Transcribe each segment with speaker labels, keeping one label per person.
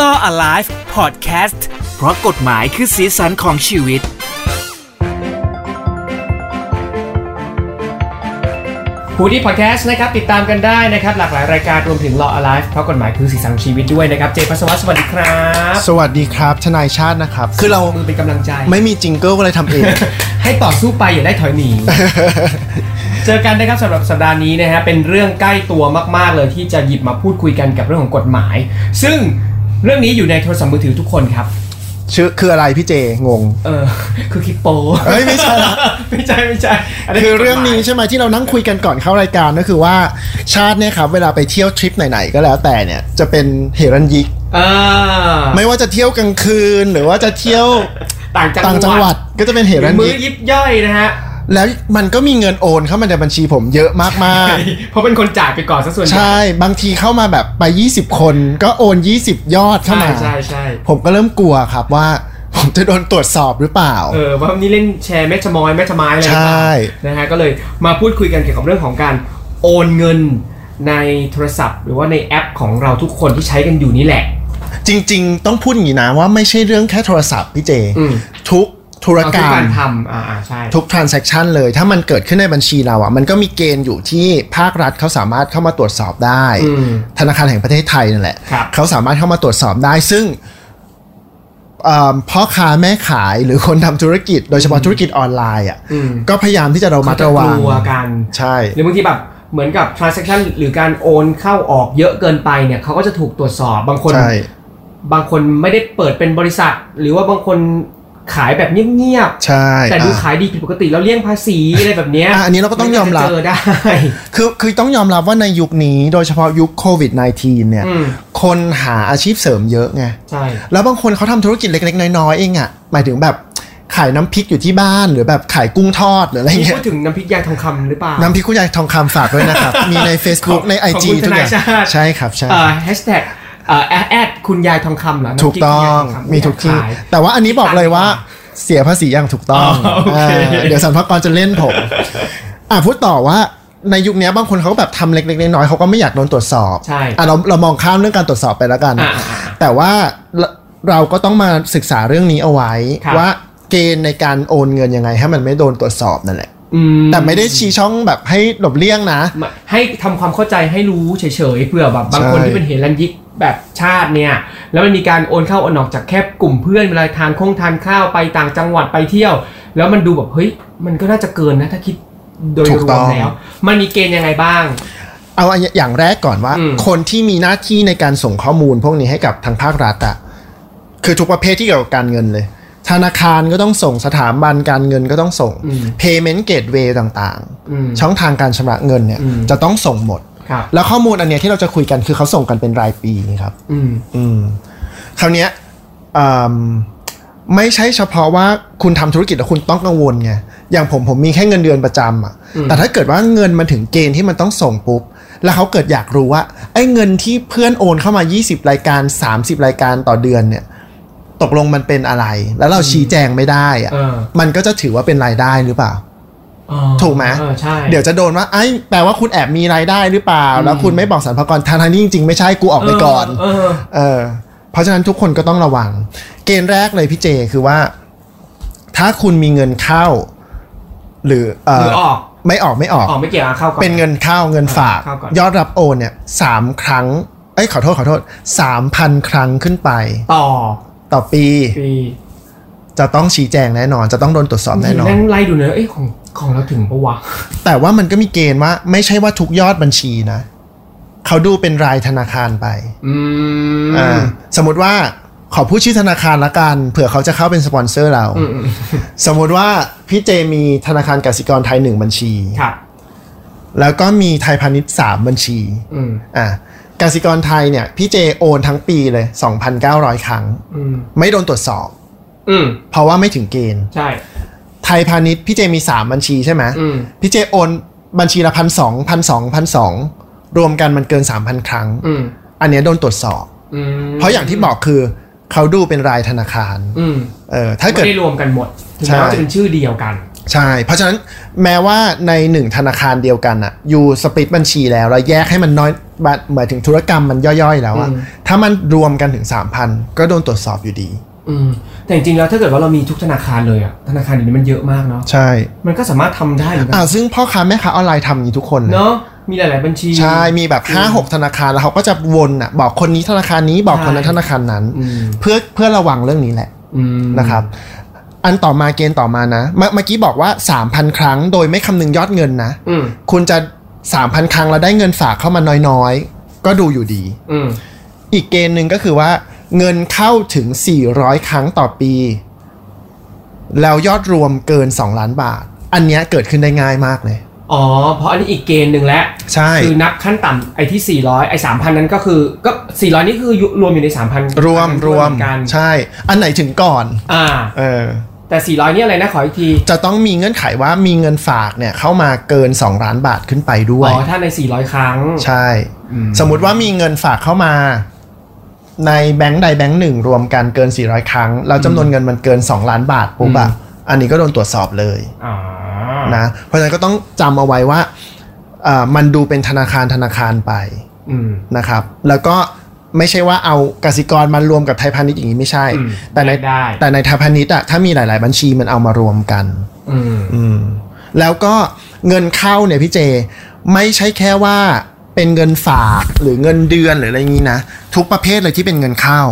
Speaker 1: Law Alive Podcast เพราะกฎหมายคือสีสันของชีวิต
Speaker 2: หูดีพอดแคสต์นะครับ ติดตามกันได้นะครับ หลากหลายรายการรวมถึง Law Alive เพราะกฎหมายคือสีสันของชีวิตด้วยนะครับ เจพัสวัสสวัสดีครับ
Speaker 3: สวัสดีครับ ทนายชาตินะครับ คือเรา
Speaker 2: มือเป็นกำลังใจ
Speaker 3: ไม่มีจิงเกิลอะไรทำเอง
Speaker 2: ให้ต่อสู้ไปอย่าได้ ถอยหนี เจอกันนะครับสำหรับสัปดาห์นี้นะฮะเป็นเรื่องใกล้ตัวมาก ๆ เลยที่จะหยิบมาพูดคุยกันกับเรื่องของกฎหมาย ซึ่งเรื่องนี้อยู่ในโทรศัพท์มือถือทุกคนครับ
Speaker 3: ชื่อคืออะไรพี่เจงง
Speaker 2: เออคือคลิปโป
Speaker 3: เอ้ยไม่ใช่ละ
Speaker 2: ไม่ใช่ไม่ใช่นนั้น
Speaker 3: คือเรื่องนี้
Speaker 2: กฎหมาย
Speaker 3: ใช่ไหมที่เรานั่งคุยกันก่อนเข้ารายการก็คือว่าชาติเนี่ยครับเวลาไปเที่ยวทริปไหนๆก็แล้วแต่เนี่ยจะเป็นเฮรันยิก
Speaker 2: อ่า
Speaker 3: ไม่ว่าจะเที่ยวกลางคืน หรือว่าจะเที่ยว
Speaker 2: ต่าง
Speaker 3: ต่างจั
Speaker 2: จั
Speaker 3: ง
Speaker 2: ง
Speaker 3: ห
Speaker 2: ห
Speaker 3: วั
Speaker 2: วั
Speaker 3: ด
Speaker 2: ด
Speaker 3: ก็จะเป็นเฮ
Speaker 2: หรื
Speaker 3: รั
Speaker 2: อน มื้อ
Speaker 3: ยิก
Speaker 2: ยิบย่อยนะฮะ
Speaker 3: แล้วมันก็มีเงินโอนเข้ามาในบัญชีผมเยอะมากๆ
Speaker 2: เพราะเป็นคนจ่ายไปก่อนซะส่วนใหญ่
Speaker 3: ใช่บางทีเข้ามาแบบไป 20 คนก็โอน 20 ยอดเข้า
Speaker 2: ใช่
Speaker 3: มา
Speaker 2: ใช่ใช่
Speaker 3: ผมก็เริ่มกลัวครับว่า ผมจะโดนตรวจสอบหรือเปล่า
Speaker 2: เออว่านี่เล่นแชร์แม่ชะมอยแม่ชะไม้อะไรหรือเปล่า
Speaker 3: ใช่
Speaker 2: นะฮะก็เลยมาพูดคุยกันเกี่ยวกับเรื่องของการโอนเงินในโทรศัพท์ หรือว่าในแอปของเราทุกคนที่ใช้กันอยู่นี่แหละ
Speaker 3: จริง ๆ ต้องพูดอย่างนี้นะว่าไม่ใช่เรื่องแค่โทรศัพท์พี่เจ
Speaker 2: อืม
Speaker 3: ทุกธุร
Speaker 2: เอา
Speaker 3: กร
Speaker 2: ที่
Speaker 3: รม
Speaker 2: การทำอ่าอ่าใช่
Speaker 3: ทุก transaction เลย ถ้ามันเกิดขึ้นในบัญชีเราอะ่ะ มันก็มีเกณฑ์อยู่ที่ภาครัฐเขาสามารถเข้ามาตรวจสอบได้
Speaker 2: อืม
Speaker 3: ธนาคารแห่งประเทศไทยนั่นแหละ
Speaker 2: ครับ
Speaker 3: เขาสามารถเข้ามาตรวจสอบได้ ซึ่งเอิ่มพ่อค้าแม่ขายหรือคนทำธุรกิจ โดยเฉพาะธุรกิจออนไลน์อ่ะ
Speaker 2: อืม
Speaker 3: ก็พยายามที่จะระมัดระวัง
Speaker 2: กลัวกัน
Speaker 3: ใช่
Speaker 2: หรือบางทีแบบเหมือนกับ transaction หรือการโอนเข้าออกเยอะเกินไปเนี่ยเขาก็จะถูกตรวจสอบบางคน
Speaker 3: ใช่
Speaker 2: บางคนไม่ได้เปิดเป็นบริษัท หรือว่าบางคนขายแบบเงียบๆ
Speaker 3: ใช่
Speaker 2: แต่ดู
Speaker 3: อ่ะ
Speaker 2: ขายดีผิดปกติแล้วเลี่ยงภาษี อะไรแบบเนี้ย
Speaker 3: อ่ะอันนี้เราก็ต้องยอมรับ
Speaker 2: เจอได้
Speaker 3: คือคือต้องยอมรับว่าในยุคนี้โดยเฉพาะยุคโควิด -19 เนี่ย
Speaker 2: อืม
Speaker 3: คนหาอาชีพเสริมเยอะไง
Speaker 2: ใช่
Speaker 3: แล้วบางคนเขาทำธุรกิจเล็ก ๆ น้อย ๆ เองอะ่ะ หมายถึงแบบขายน้ำพริกอยู่ที่บ้านหรือแบบขายกุ้งทอดหรืออะไร
Speaker 2: นี่
Speaker 3: เงี้
Speaker 2: พู
Speaker 3: ย
Speaker 2: ดถึงน้ำพริกยางทองคำหรือเปล่า
Speaker 3: น้ำพริกคุณยายทองคำฝากด้วยนะครับ มี ใน Facebook ใน
Speaker 2: ของ
Speaker 3: IG
Speaker 2: คุณ
Speaker 3: ทุกอย่า
Speaker 2: ธนาย
Speaker 3: ง
Speaker 2: ชาติ
Speaker 3: ใช่ครับใช่
Speaker 2: เอ่อแฮชแท็กเอ่อแอดคุณยายทองคำเหรอน้ำพริ
Speaker 3: ถูกต้อ
Speaker 2: คุณยาย
Speaker 3: ง
Speaker 2: ทคำ
Speaker 3: มีทุกที่
Speaker 2: ขาย
Speaker 3: แต่ว่าอันนี้บอกเลยว่าเสียภาษีอย่างถูกต้อง
Speaker 2: อ๋อโอเค
Speaker 3: อ่าเดี๋ยวสรรพากรจะเล่นผม อ่ะพูดต่อว่าในยุคนี้บางคนเขาแบบทำเล็กๆน้อยๆเขาก็ไม่อยากโดนตรวจสอบ
Speaker 2: ใช่
Speaker 3: อ่ะเราเรามองข้ามเรื่องการตรวจสอบไปแล้วกัน
Speaker 2: อ่า
Speaker 3: แต่ว่าเราเราก็ต้องมาศึกษาเรื่องนี้เอาไว้
Speaker 2: ครับ
Speaker 3: ว่าเกณฑ์ในการโอนเงินยังไง ให้มันไม่โดนตรวจสอบนั่นแหละ
Speaker 2: อืม
Speaker 3: แต่ไม่ได้ชี้ช่องแบบให้หลบเลี่ยงนะ
Speaker 2: ให้ทำความเข้าใจให้รู้เฉยๆเผื่อแบบบางคน
Speaker 3: ใช่
Speaker 2: ที่เป็นเฮลันยิกแบบชาติเนี่ย แล้วมันมีการโอนเข้าโอนออกจากแค่กลุ่มเพื่อนเวลาทานคงทานข้าวไปต่างจังหวัดไปเที่ยว แล้วมันดูแบบเฮ้ยมันก็น่าจะเกินนะถ้าคิดโดยรวมแล้วมันมีเกณฑ์ยังไงบ้าง
Speaker 3: เอาอันอย่างแรกก่อนว่า
Speaker 2: อืม
Speaker 3: คนที่มีหน้าที่ในการส่งข้อมูลพวกนี้ให้กับทางภาครัฐอะคือทุกประเภทที่เกี่ยวกับการเงินเลย ธนาคารก็ต้องส่งสถาบันการเงินก็ต้องส่ง
Speaker 2: อืม
Speaker 3: payment gateway ต่าง
Speaker 2: อืม
Speaker 3: ๆ ช่องทางการชำระเงินเนี่ย
Speaker 2: อืม
Speaker 3: จะต้องส่งหมด
Speaker 2: ครับ
Speaker 3: แล้วข้อมูลอันเนี้ยที่เราจะคุยกันคือเขาส่งกันเป็นรายปีครับ
Speaker 2: อืม
Speaker 3: อืมคราวเนี้ยอืมไม่ใช่เฉพาะว่าคุณทำธุรกิจแล้วคุณต้องกังวลไงอย่างผมผมมีแค่เงินเดือนประจำอ่ะ
Speaker 2: อืม
Speaker 3: แต่ถ้าเกิดว่าเงินมันถึงเกณฑ์ที่มันต้องส่งปุ๊บ แล้วเขาเกิดอยากรู้ว่าไอ้เงินที่เพื่อนโอนเข้ามา 20 รายการ 30 รายการต่อเดือนเนี่ย ตกลงมันเป็นอะไร แล้วเราชี้แจงไม่ได้อ่ะ
Speaker 2: เออ
Speaker 3: มันก็จะถือว่าเป็นรายได้หรือเปล่า
Speaker 2: อ๋อ
Speaker 3: ถูกไหม
Speaker 2: เออใช่
Speaker 3: เดี๋ยวจะโดนว่าไอ้แปลว่าคุณแอบมีรายได้หรือเปล่า
Speaker 2: อืม
Speaker 3: แล้วคุณไม่บอกสรรพากรทางนี้จริงๆไม่ใช่กูออกไปก่อน
Speaker 2: เออ
Speaker 3: เออเพราะฉะนั้นทุกคนก็ต้องระวัง เกณฑ์แรกเลยพี่เจคือว่า ถ้าคุณมีเงินเข้า หรือเอ
Speaker 2: ห
Speaker 3: อ
Speaker 2: รือออก
Speaker 3: ไม่ออกไม่ออก
Speaker 2: ออกไม่เกี่ยวกับเข้าก่อน
Speaker 3: เป็นเงินเข้าเงินฝาก
Speaker 2: เข้าก่อน
Speaker 3: ยอดรับโอนเนี่ยสามครั้ง เอ้ยขอโทษขอโทษสามพันครั้งขึ้นไป
Speaker 2: ต่อ
Speaker 3: ต่อปี
Speaker 2: ปี
Speaker 3: จะต้องชี้แจงแน่นอน จะต้องโดนตรวจสอบแน่นอน
Speaker 2: นั่งไล่ดูเนอะเอ้ยของของเราถึงปะวะ
Speaker 3: แต่ว่ามันก็มีเกณฑ์ว่าไม่ใช่ว่าทุกยอดบัญชีนะเขาดูเป็นรายธนาคารไป
Speaker 2: อืม
Speaker 3: อ่าสมมติว่าขอพูดชื่อธนาคารละกันเผื่อเขาจะเข้าเป็นสปอนเซอร์เรา
Speaker 2: อืมอืม
Speaker 3: สมมติว่าพี่เจมีธนาคารกสิกรไทยหนึ่งบัญชี
Speaker 2: ครับ
Speaker 3: แล้วก็มีไทยพาณิชย์สามบัญชี
Speaker 2: อืม
Speaker 3: อ่ะกสิกรไทยเนี่ยพี่เจโอนทั้งปีเลย 2,900 ครั้ง
Speaker 2: อืม
Speaker 3: ไม่โดนตรวจสอบ
Speaker 2: อืม
Speaker 3: เพราะว่าไม่ถึงเกณฑ์
Speaker 2: ใช่
Speaker 3: ไทยพาณิชย์พี่เจมี 3 บัญชีใช่ไหม
Speaker 2: อืม
Speaker 3: พี่เจโอนบัญชีละพันสองพันสองพันสองรวมกันมันเกิน 3,000 ครั้ง
Speaker 2: อืม
Speaker 3: อันเนี้ยโดนตรวจสอบ
Speaker 2: อืม
Speaker 3: เพราะอย่างที่บอกคือเขาดูเป็นรายธนาคาร
Speaker 2: อืม
Speaker 3: เออถ้า
Speaker 2: ไม่
Speaker 3: เกิด
Speaker 2: ได้รวมกันหมดถึง
Speaker 3: ใช่
Speaker 2: แม้ว่าจะเป็นชื่อเดียวกัน
Speaker 3: ใช่ เพราะฉะนั้นแม้ว่าในหนึ่งธนาคารเดียวกันอะอยู่สปลิตบัญชีแล้วแล้วแยกให้มันน้อยบัตรหมายถึงธุรกรรมมันย่อยๆแล้วอะ
Speaker 2: อืม
Speaker 3: ถ้ามันรวมกันถึง 3,000 ก็โดนตรวจสอบอยู่ดี
Speaker 2: อืมแต่จริงๆแล้วถ้าเกิดว่าเรามีทุกธนาคารเลยอะธนาคารเดี๋ยวนี้มันเยอะมากเนาะ
Speaker 3: ใช่
Speaker 2: มันก็สามารถทำได้เหมือนกั
Speaker 3: อ่าน ซึ่งพ่อค้าแม่ค้าออนไลน์ทำอย่างนี้ทุกคนเลย
Speaker 2: เนาะมีหลาย ๆบัญชี
Speaker 3: ใช่ มีแบบห้าหกธนาคารแล้วเขาก็จะวนอ่ะ บอกคนนี้ธนาคารนี้บอกคนนั้น
Speaker 2: ใช่
Speaker 3: ธนาคารนั้น
Speaker 2: อืม
Speaker 3: เพื่อเพื่อระวังเรื่องนี้แหละ
Speaker 2: อืม
Speaker 3: นะครับ อันต่อมาเกณฑ์ต่อมานะเมื่อเมื่อกี้บอกว่า 3,000 ครั้งโดยไม่คำนึงยอดเงินนะ
Speaker 2: อืม
Speaker 3: คุณจะ 3,000 ครั้งแล้วได้เงินฝากเข้ามาน้อยๆ ก็ดูอยู่ดี
Speaker 2: อืม
Speaker 3: อีกเกณฑ์หนึ่งก็คือว่า เงินเข้าถึง 400 ครั้งต่อปี แล้วยอดรวมเกิน 2 ล้านบาท อันเนี้ยเกิดขึ้นได้ง่ายมากเลย
Speaker 2: อ๋อเพราะอันนี้อีกเกณฑ์หนึ่งแล้ว
Speaker 3: ใช่
Speaker 2: คือนับขั้นต่ำไอ้ที่ 400 ไอ้ 3,000 นั้นก็คือก็ 400 นี่คือรวมอยู่ใน 3,000
Speaker 3: รวมรวม
Speaker 2: เหอนกัน
Speaker 3: ใช่ อันไหนถึงก่อน
Speaker 2: อ่า
Speaker 3: เออ
Speaker 2: แต่ 400 นี่อะไรนะ ขออีกที
Speaker 3: จะต้องมีเงื่อนไขว่ามีเงินฝากเนี่ยเข้ามาเกิน 2 ล้านบาทขึ้นไปด้ว
Speaker 2: อ๋
Speaker 3: ย
Speaker 2: อ ถ้าใน 400 ครั้ง
Speaker 3: ใช่
Speaker 2: อืม
Speaker 3: สมมุติว่ามีเงินฝากเข้ามา ในแบงก์ใดแบงก์หนึ่งรวมกันเกิน 400 ครั้ง แล้วจำนวนเงินมันเกิน 2 ล้านบาทปุ๊บอะอันนี้ก็โดนตรวจสอบเลย
Speaker 2: อ๋อ
Speaker 3: นะเพราะฉะนั้นก็ต้องจำเอาไว้ว่าเอ่อมันดูเป็นธนาคารธนาคารไป
Speaker 2: อืม
Speaker 3: นะครับ แล้วก็ไม่ใช่ว่าเอากสิกรมารวมกับไทยพาณิชย์อย่างนี้ไม่ใช่
Speaker 2: อืม
Speaker 3: แต่ใน
Speaker 2: ไม่ได้
Speaker 3: แต่ในไทยพาณิชย์อะถ้ามีหลาย ๆ บัญชีมันเอามารวมกัน
Speaker 2: อืม
Speaker 3: อืมแล้วก็เงินเข้าเนี่ยพี่เจ ไม่ใช่แค่ว่าเป็นเงินฝากหรือเงินเดือนหรืออะไรอย่างนี้นะ ทุกประเภทเลยที่เป็นเงินเข้า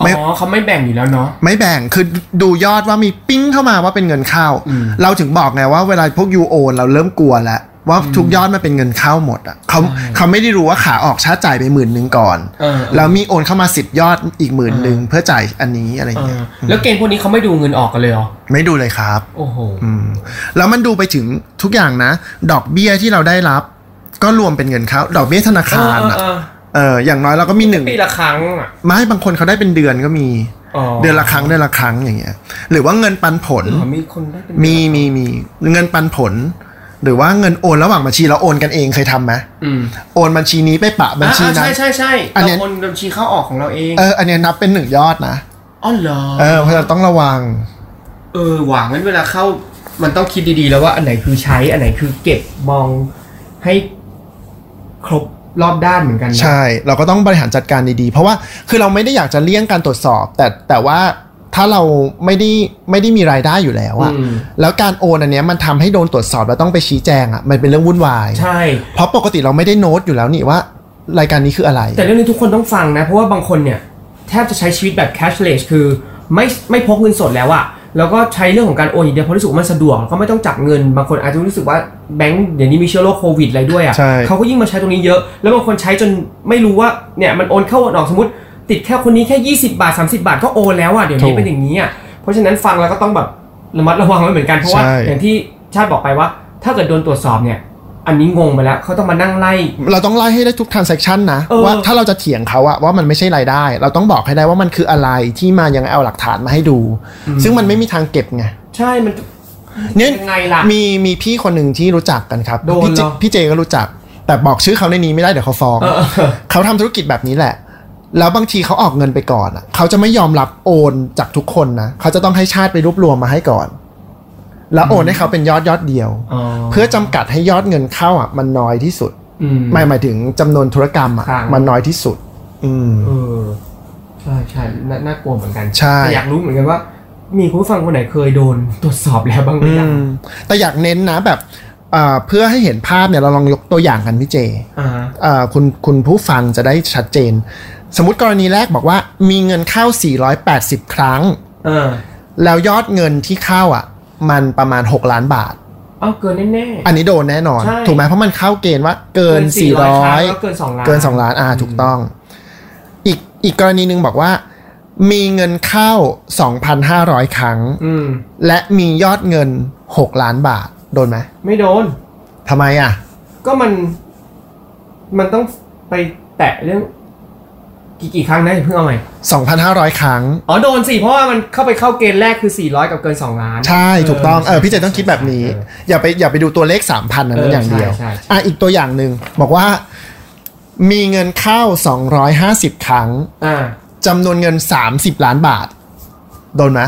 Speaker 2: อ๋
Speaker 3: ไม่
Speaker 2: อเขาไม่แบ่งอยู่แล้วเนาะ
Speaker 3: ไม่แบ่งคือดูยอดว่ามีปิ้งเข้ามาว่าเป็นเงินเข้า
Speaker 2: อืม
Speaker 3: เราถึงบอกไงว่าเวลาพวกยูโอนเราเริ่มกลัวแล้วว่าทุกยอดมันเป็นเงินเข้าหมดอ่ะเขาเขาไม่ได้รู้ว่าขาออกชาร์จจ่ายไปหมื่นหนึ่งก่อน
Speaker 2: เออ
Speaker 3: แล้วมีโอนเข้ามาสิบยอดอีกหมื่นหนึ่งเพื่อจ่ายอันนี้อะไรอ
Speaker 2: เอย่าง
Speaker 3: เงี้
Speaker 2: อย แล้วเกณฑ์พวกนี้เขาไม่ดูเงินออกกันเลยเหรอ
Speaker 3: ไม่ดูเลยครับ
Speaker 2: โอ้โห
Speaker 3: อืมแล้วมันดูไปถึงทุกอย่างนะ ดอกเบี้ยที่เราได้รับ ก็รวมเป็นเงินเขาดอกเบี้ยธนาคารอ่ะ
Speaker 2: เออ
Speaker 3: เอออย่างน้อยเราก็มีหนึ่ง
Speaker 2: ปีละครั้งอ่ะ
Speaker 3: ไม่บางคนเขาได้เป็นเดือนก็มี
Speaker 2: อ๋อ
Speaker 3: เดือนละครั้งเดือนละครั้งอย่างเงี้ย หรือว่าเงินปันผล
Speaker 2: เออมีคนได้เป็น
Speaker 3: มีมีมีเงินปันผล หรือว่าเงินโอนระหว่างบัญชีเราโอนกันเองเคยทำไหม
Speaker 2: อืม
Speaker 3: โอนบัญชีนี้ไปปะบัญชี
Speaker 2: อ่าๆ
Speaker 3: นั้น
Speaker 2: ใช่ใช่ใช่
Speaker 3: อันเนี้
Speaker 2: เรา
Speaker 3: ย
Speaker 2: โอนบัญชีเข้าออกของเราเอง
Speaker 3: เอออันเนี้ยนับเป็นหนึ่งยอดนะ
Speaker 2: อ๋อเหรอ
Speaker 3: เออเพราะเราต้องระวัง
Speaker 2: เออหวังงั้นเวลาเข้ามันต้องคิดดีๆ แล้วว่าอันไหนคือใช้อันไหนคือเก็บมองให้ครบรอบด้านเหมือนกันนะ
Speaker 3: ใช่ เราก็ต้องบริหารจัดการดีๆ เพราะว่าคือเราไม่ได้อยากจะเลี่ยงการตรวจสอบ แต่แต่ว่าถ้าเราไม่ได้ไม่ได้มีรายได้อยู่แล้วอะ
Speaker 2: อืม
Speaker 3: แล้วการโอนอันเนี้ยมันทำให้โดนตรวจสอบแล้วต้องไปชี้แจงอะมันเป็นเรื่องวุ่นวาย
Speaker 2: ใช่
Speaker 3: เพราะปกติเราไม่ได้โน้ตอยู่แล้วนี่ว่า รายการนี้คืออะไร
Speaker 2: แต่เรื่องนี้ทุกคนต้องฟังนะ เพราะว่าบางคนเนี่ย แทบจะใช้ชีวิตแบบ cashless คือไม่ไม่พกเงินสดแล้วอะแล้วก็ใช้เรื่องของการโอนอย่างเดียวเพราะรู้สึกว่ามันสะดวกแล้วก็ไม่ต้องจับเงินบางคนอาจจะรู้สึกว่าแบงก์เดี๋ยวนี้มีเชื้อโรคโควิดอะไรด้วยอะ
Speaker 3: ใช่
Speaker 2: เขาก็ยิ่งมาใช้ตรงนี้เยอะ แล้วบางคนใช้จนไม่รู้ว่าเนี่ยมันโอนเข้าโอนออกสมมติ ติดแค่คนนี้แค่ 20 บาท 30 บาทก็โอนแล้วอะเดี๋ยวนี้เป็นอย่างนี้อะเพราะฉะนั้นฟังแล้วก็ต้องแบบระมัดระวังไว้เหมือนกันเพราะว่า
Speaker 3: ใช่
Speaker 2: อย่างที่ชาติบอกไปว่า ถ้าเกิดโดนตรวจสอบเนี่ยอันนี้งงไปแล้วเขาต้องมานั่งไล่
Speaker 3: เราต้องไล่ให้ได้ทุก transaction นะ
Speaker 2: เออ
Speaker 3: ว่าถ้าเราจะเถียงเขาอะว่ามันไม่ใช่รายได้ เราต้องบอกให้ได้ว่ามันคืออะไรที่มายังไงเอาหลักฐานมาให้ดู ซึ่งมันไม่มีทางเก็บไง
Speaker 2: ใช่มัน
Speaker 3: เนี่ย
Speaker 2: ยังไงล่ะ
Speaker 3: มีมีพี่คนหนึ่งที่รู้จักกันครับ
Speaker 2: โดน
Speaker 3: พี่เจ
Speaker 2: เหรอ
Speaker 3: พี่เจก็รู้จัก แต่บอกชื่อเขาในนี้ไม่ได้เดี๋ยวเขาฟ้อง
Speaker 2: เออเออ
Speaker 3: เขาทำธุรกิจแบบนี้แหละ แล้วบางทีเขาออกเงินไปก่อนอะเขาจะไม่ยอมรับโอนจากทุกคนนะ เขาจะต้องให้ชาติไปรวบรวมมาให้ก่อน แล้วโอนให้เขาเป็นยอดยอดเดียว เพื่อจำกัดให้ยอดเงินเข้าอ่ะ มันน้อยที่สุด หมายหมายถึงจำนวนธุรกรรมอ่ะ
Speaker 2: ครับ
Speaker 3: มันน้อยที่สุด อืม
Speaker 2: เออใช่ใช่นาน่ากลัวเหมือนกัน
Speaker 3: ใช่
Speaker 2: แต่อยากรู้เหมือนกันว่า มีคุณผู้ฟังคนไหนเคยโดนตรวจสอบแล้วบ้างหรือยัง
Speaker 3: อืมแต่อยากเน้นนะแบบเอ่อเพื่อให้เห็นภาพเนี่ยเราลองยกตัวอย่างกันพี่เจ
Speaker 2: อ่า
Speaker 3: เอ่อคุณคุณผู้ฟังจะได้ชัดเจน สมมติกรณีแรกบอกว่ามีเงินเข้า 480 ครั้ง
Speaker 2: เออ
Speaker 3: แล้วยอดเงินที่เข้าอ่ะ มันประมาณ 6 ล้านบาท
Speaker 2: เอาเกินแน่
Speaker 3: อันนี้โดนแน่นอน
Speaker 2: ใช่
Speaker 3: ถูกไหมเพราะมันเข้าเกณฑ์ว่า
Speaker 2: ๆ
Speaker 3: เกิน
Speaker 2: ครั้งก็
Speaker 3: 400
Speaker 2: เกินสองล้าน
Speaker 3: เกิน 2 ล้านอ่าถูกต้อง อีกอีกกรณีหนึ่งบอกว่า มีเงินเข้า 2,500 ครั้ง
Speaker 2: อืม
Speaker 3: และมียอดเงิน 6 ล้านบาท โดนไหม
Speaker 2: ไม่โดน
Speaker 3: ทำไมอ่ะ
Speaker 2: ก็มัน มันต้องไปแตะเรื่อง กี่กี่ครั้งนะอย่าเพิ่งเอาใหม่
Speaker 3: 2,500 ครั้ง
Speaker 2: อ๋อโดนสิเพราะว่ามันเข้าไปเข้าเกณฑ์แรกคือ 400 กับเกิน 2 ล้าน
Speaker 3: ใช่ ถูกต้องเออพี่เจต้องคิดแบบนี้ อย่าไปอย่าไปดูตัวเลข 3,000อันนั้น
Speaker 2: เออ
Speaker 3: อย่างเดียว
Speaker 2: ใช่ใช่ใช่
Speaker 3: อ่ะ อีกตัวอย่างหนึ่งบอกว่ามีเงินเข้า 250 ครั้ง
Speaker 2: อ่า
Speaker 3: จำนวนเงิน 30 ล้านบาท โดนไหม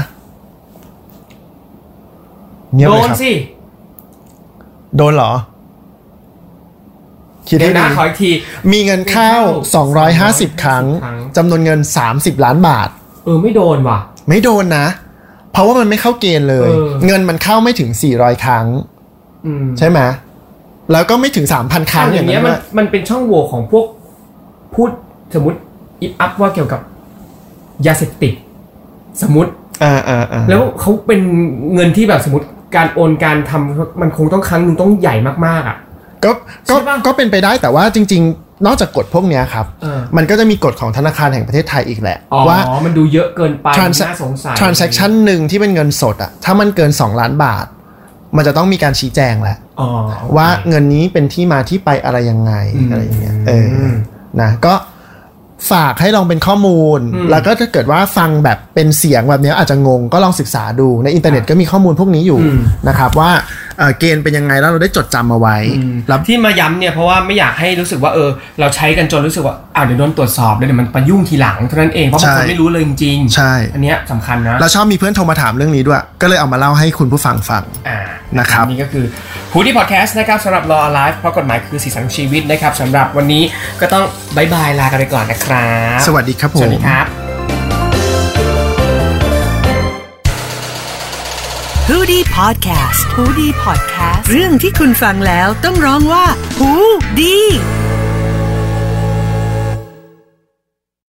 Speaker 3: เงียบ
Speaker 2: โด
Speaker 3: เลย
Speaker 2: น
Speaker 3: ครับ
Speaker 2: สิ
Speaker 3: โดนเหรอ คิด
Speaker 2: เดี๋ยว
Speaker 3: ให้
Speaker 2: นะ
Speaker 3: ดี
Speaker 2: ขออีกที
Speaker 3: มีเงินเข้า 250 ครั้งจำนวนเงิน 30 ล้านบาท
Speaker 2: เออไม่โดนว่ะ
Speaker 3: ไม่โดนนะ เพราะว่ามันไม่เข้าเกณฑ์เลย
Speaker 2: เออ
Speaker 3: เงินมันเข้าไม่ถึง 400 ครั้ง
Speaker 2: อืม
Speaker 3: ใช่ไหมแล้วก็ไม่ถึง 3,000 ครั้ง
Speaker 2: ทำอ
Speaker 3: อ
Speaker 2: ย่า
Speaker 3: ย่า
Speaker 2: ง
Speaker 3: ง
Speaker 2: เงี้ยมัน
Speaker 3: นั้นด้วย
Speaker 2: มันเป็นช่องโหว่ของพวกพูดสมมติอิฟอัพว่าเกี่ยวกับยาเสพติดสมมติ
Speaker 3: อ่าอ่าอ่า
Speaker 2: แล้วเขาเป็นเงินที่แบบสมมติการโอนการทำมันคงต้องครั้งหนึ่งต้องใหญ่มากๆอ่ะ
Speaker 3: ก็ก็
Speaker 2: ใช่ปะ
Speaker 3: ก็เป็นไปได้แต่ว่าจริง ๆ นอกจากกฎพวกเนี้ยครับ
Speaker 2: เออ
Speaker 3: มันก็จะมีกฎของธนาคารแห่งประเทศไทยอีกแหละ
Speaker 2: อ๋อ
Speaker 3: ว่า
Speaker 2: มันดูเยอะเกินไป
Speaker 3: Transa-
Speaker 2: น่าสงสัย
Speaker 3: transaction หนึ่งที่เป็นเงินสดอะถ้ามันเกิน 2 ล้านบาท มันจะต้องมีการชี้แจงแหละ
Speaker 2: อ๋อโอเค
Speaker 3: ว่าเงินนี้เป็นที่มาที่ไปอะไรยังไง
Speaker 2: อืม
Speaker 3: อะไรอย่างเงี้ยเอ
Speaker 2: อืม
Speaker 3: อนะก็ฝากให้ลองเป็นข้อมูล
Speaker 2: อืม
Speaker 3: แล้วก็ถ้าเกิดว่าฟังแบบเป็นเสียงแบบเนี้ยอาจจะงงก็ลองศึกษาดูในอินเทอร์เน็ตก็มีข้อมูลพวกนี้อยู่นะครับว่าเอ่อเกณฑ์เป็นยังไงแล้วเราได้จดจำเอาไว้แล้ว
Speaker 2: ที่มาย้ำเนี่ยเพราะว่าไม่อยากให้รู้สึกว่าเออ เราใช้กันจนรู้สึกว่าอ้าวเดี๋ยวโดนตรวจสอบแล้วเดี๋ยวมันไปยุ่งทีหลังเท่านั้นเองเพราะบางคน
Speaker 3: ใช่
Speaker 2: ไม่รู้เลยจริงๆ
Speaker 3: ใช่
Speaker 2: อันเนี้ยสำคัญนะ
Speaker 3: แล้วชอบมีเพื่อนโทรมาถามเรื่องนี้ด้วย ก็เลยเอามาเล่าให้คุณผู้ฟังฟัง
Speaker 2: อ่า
Speaker 3: นะครับ
Speaker 2: นี่ก็คือหูที่พอดแคสต์นะครับสำหรับ Law Alive เพราะกฎหมายคือสีสันของชีวิตนะครับสำหรับวันนี้ก็ต้องบายบายลากันไปก่อนนะครับ
Speaker 3: สวัสดีครับผม
Speaker 2: สวัสดีครับ
Speaker 4: h o ดี้พอดแคสต์ฮูดี้พอดแคสต์เรื่องที่คุณฟังแล้วต้องร้องว่าฮูดี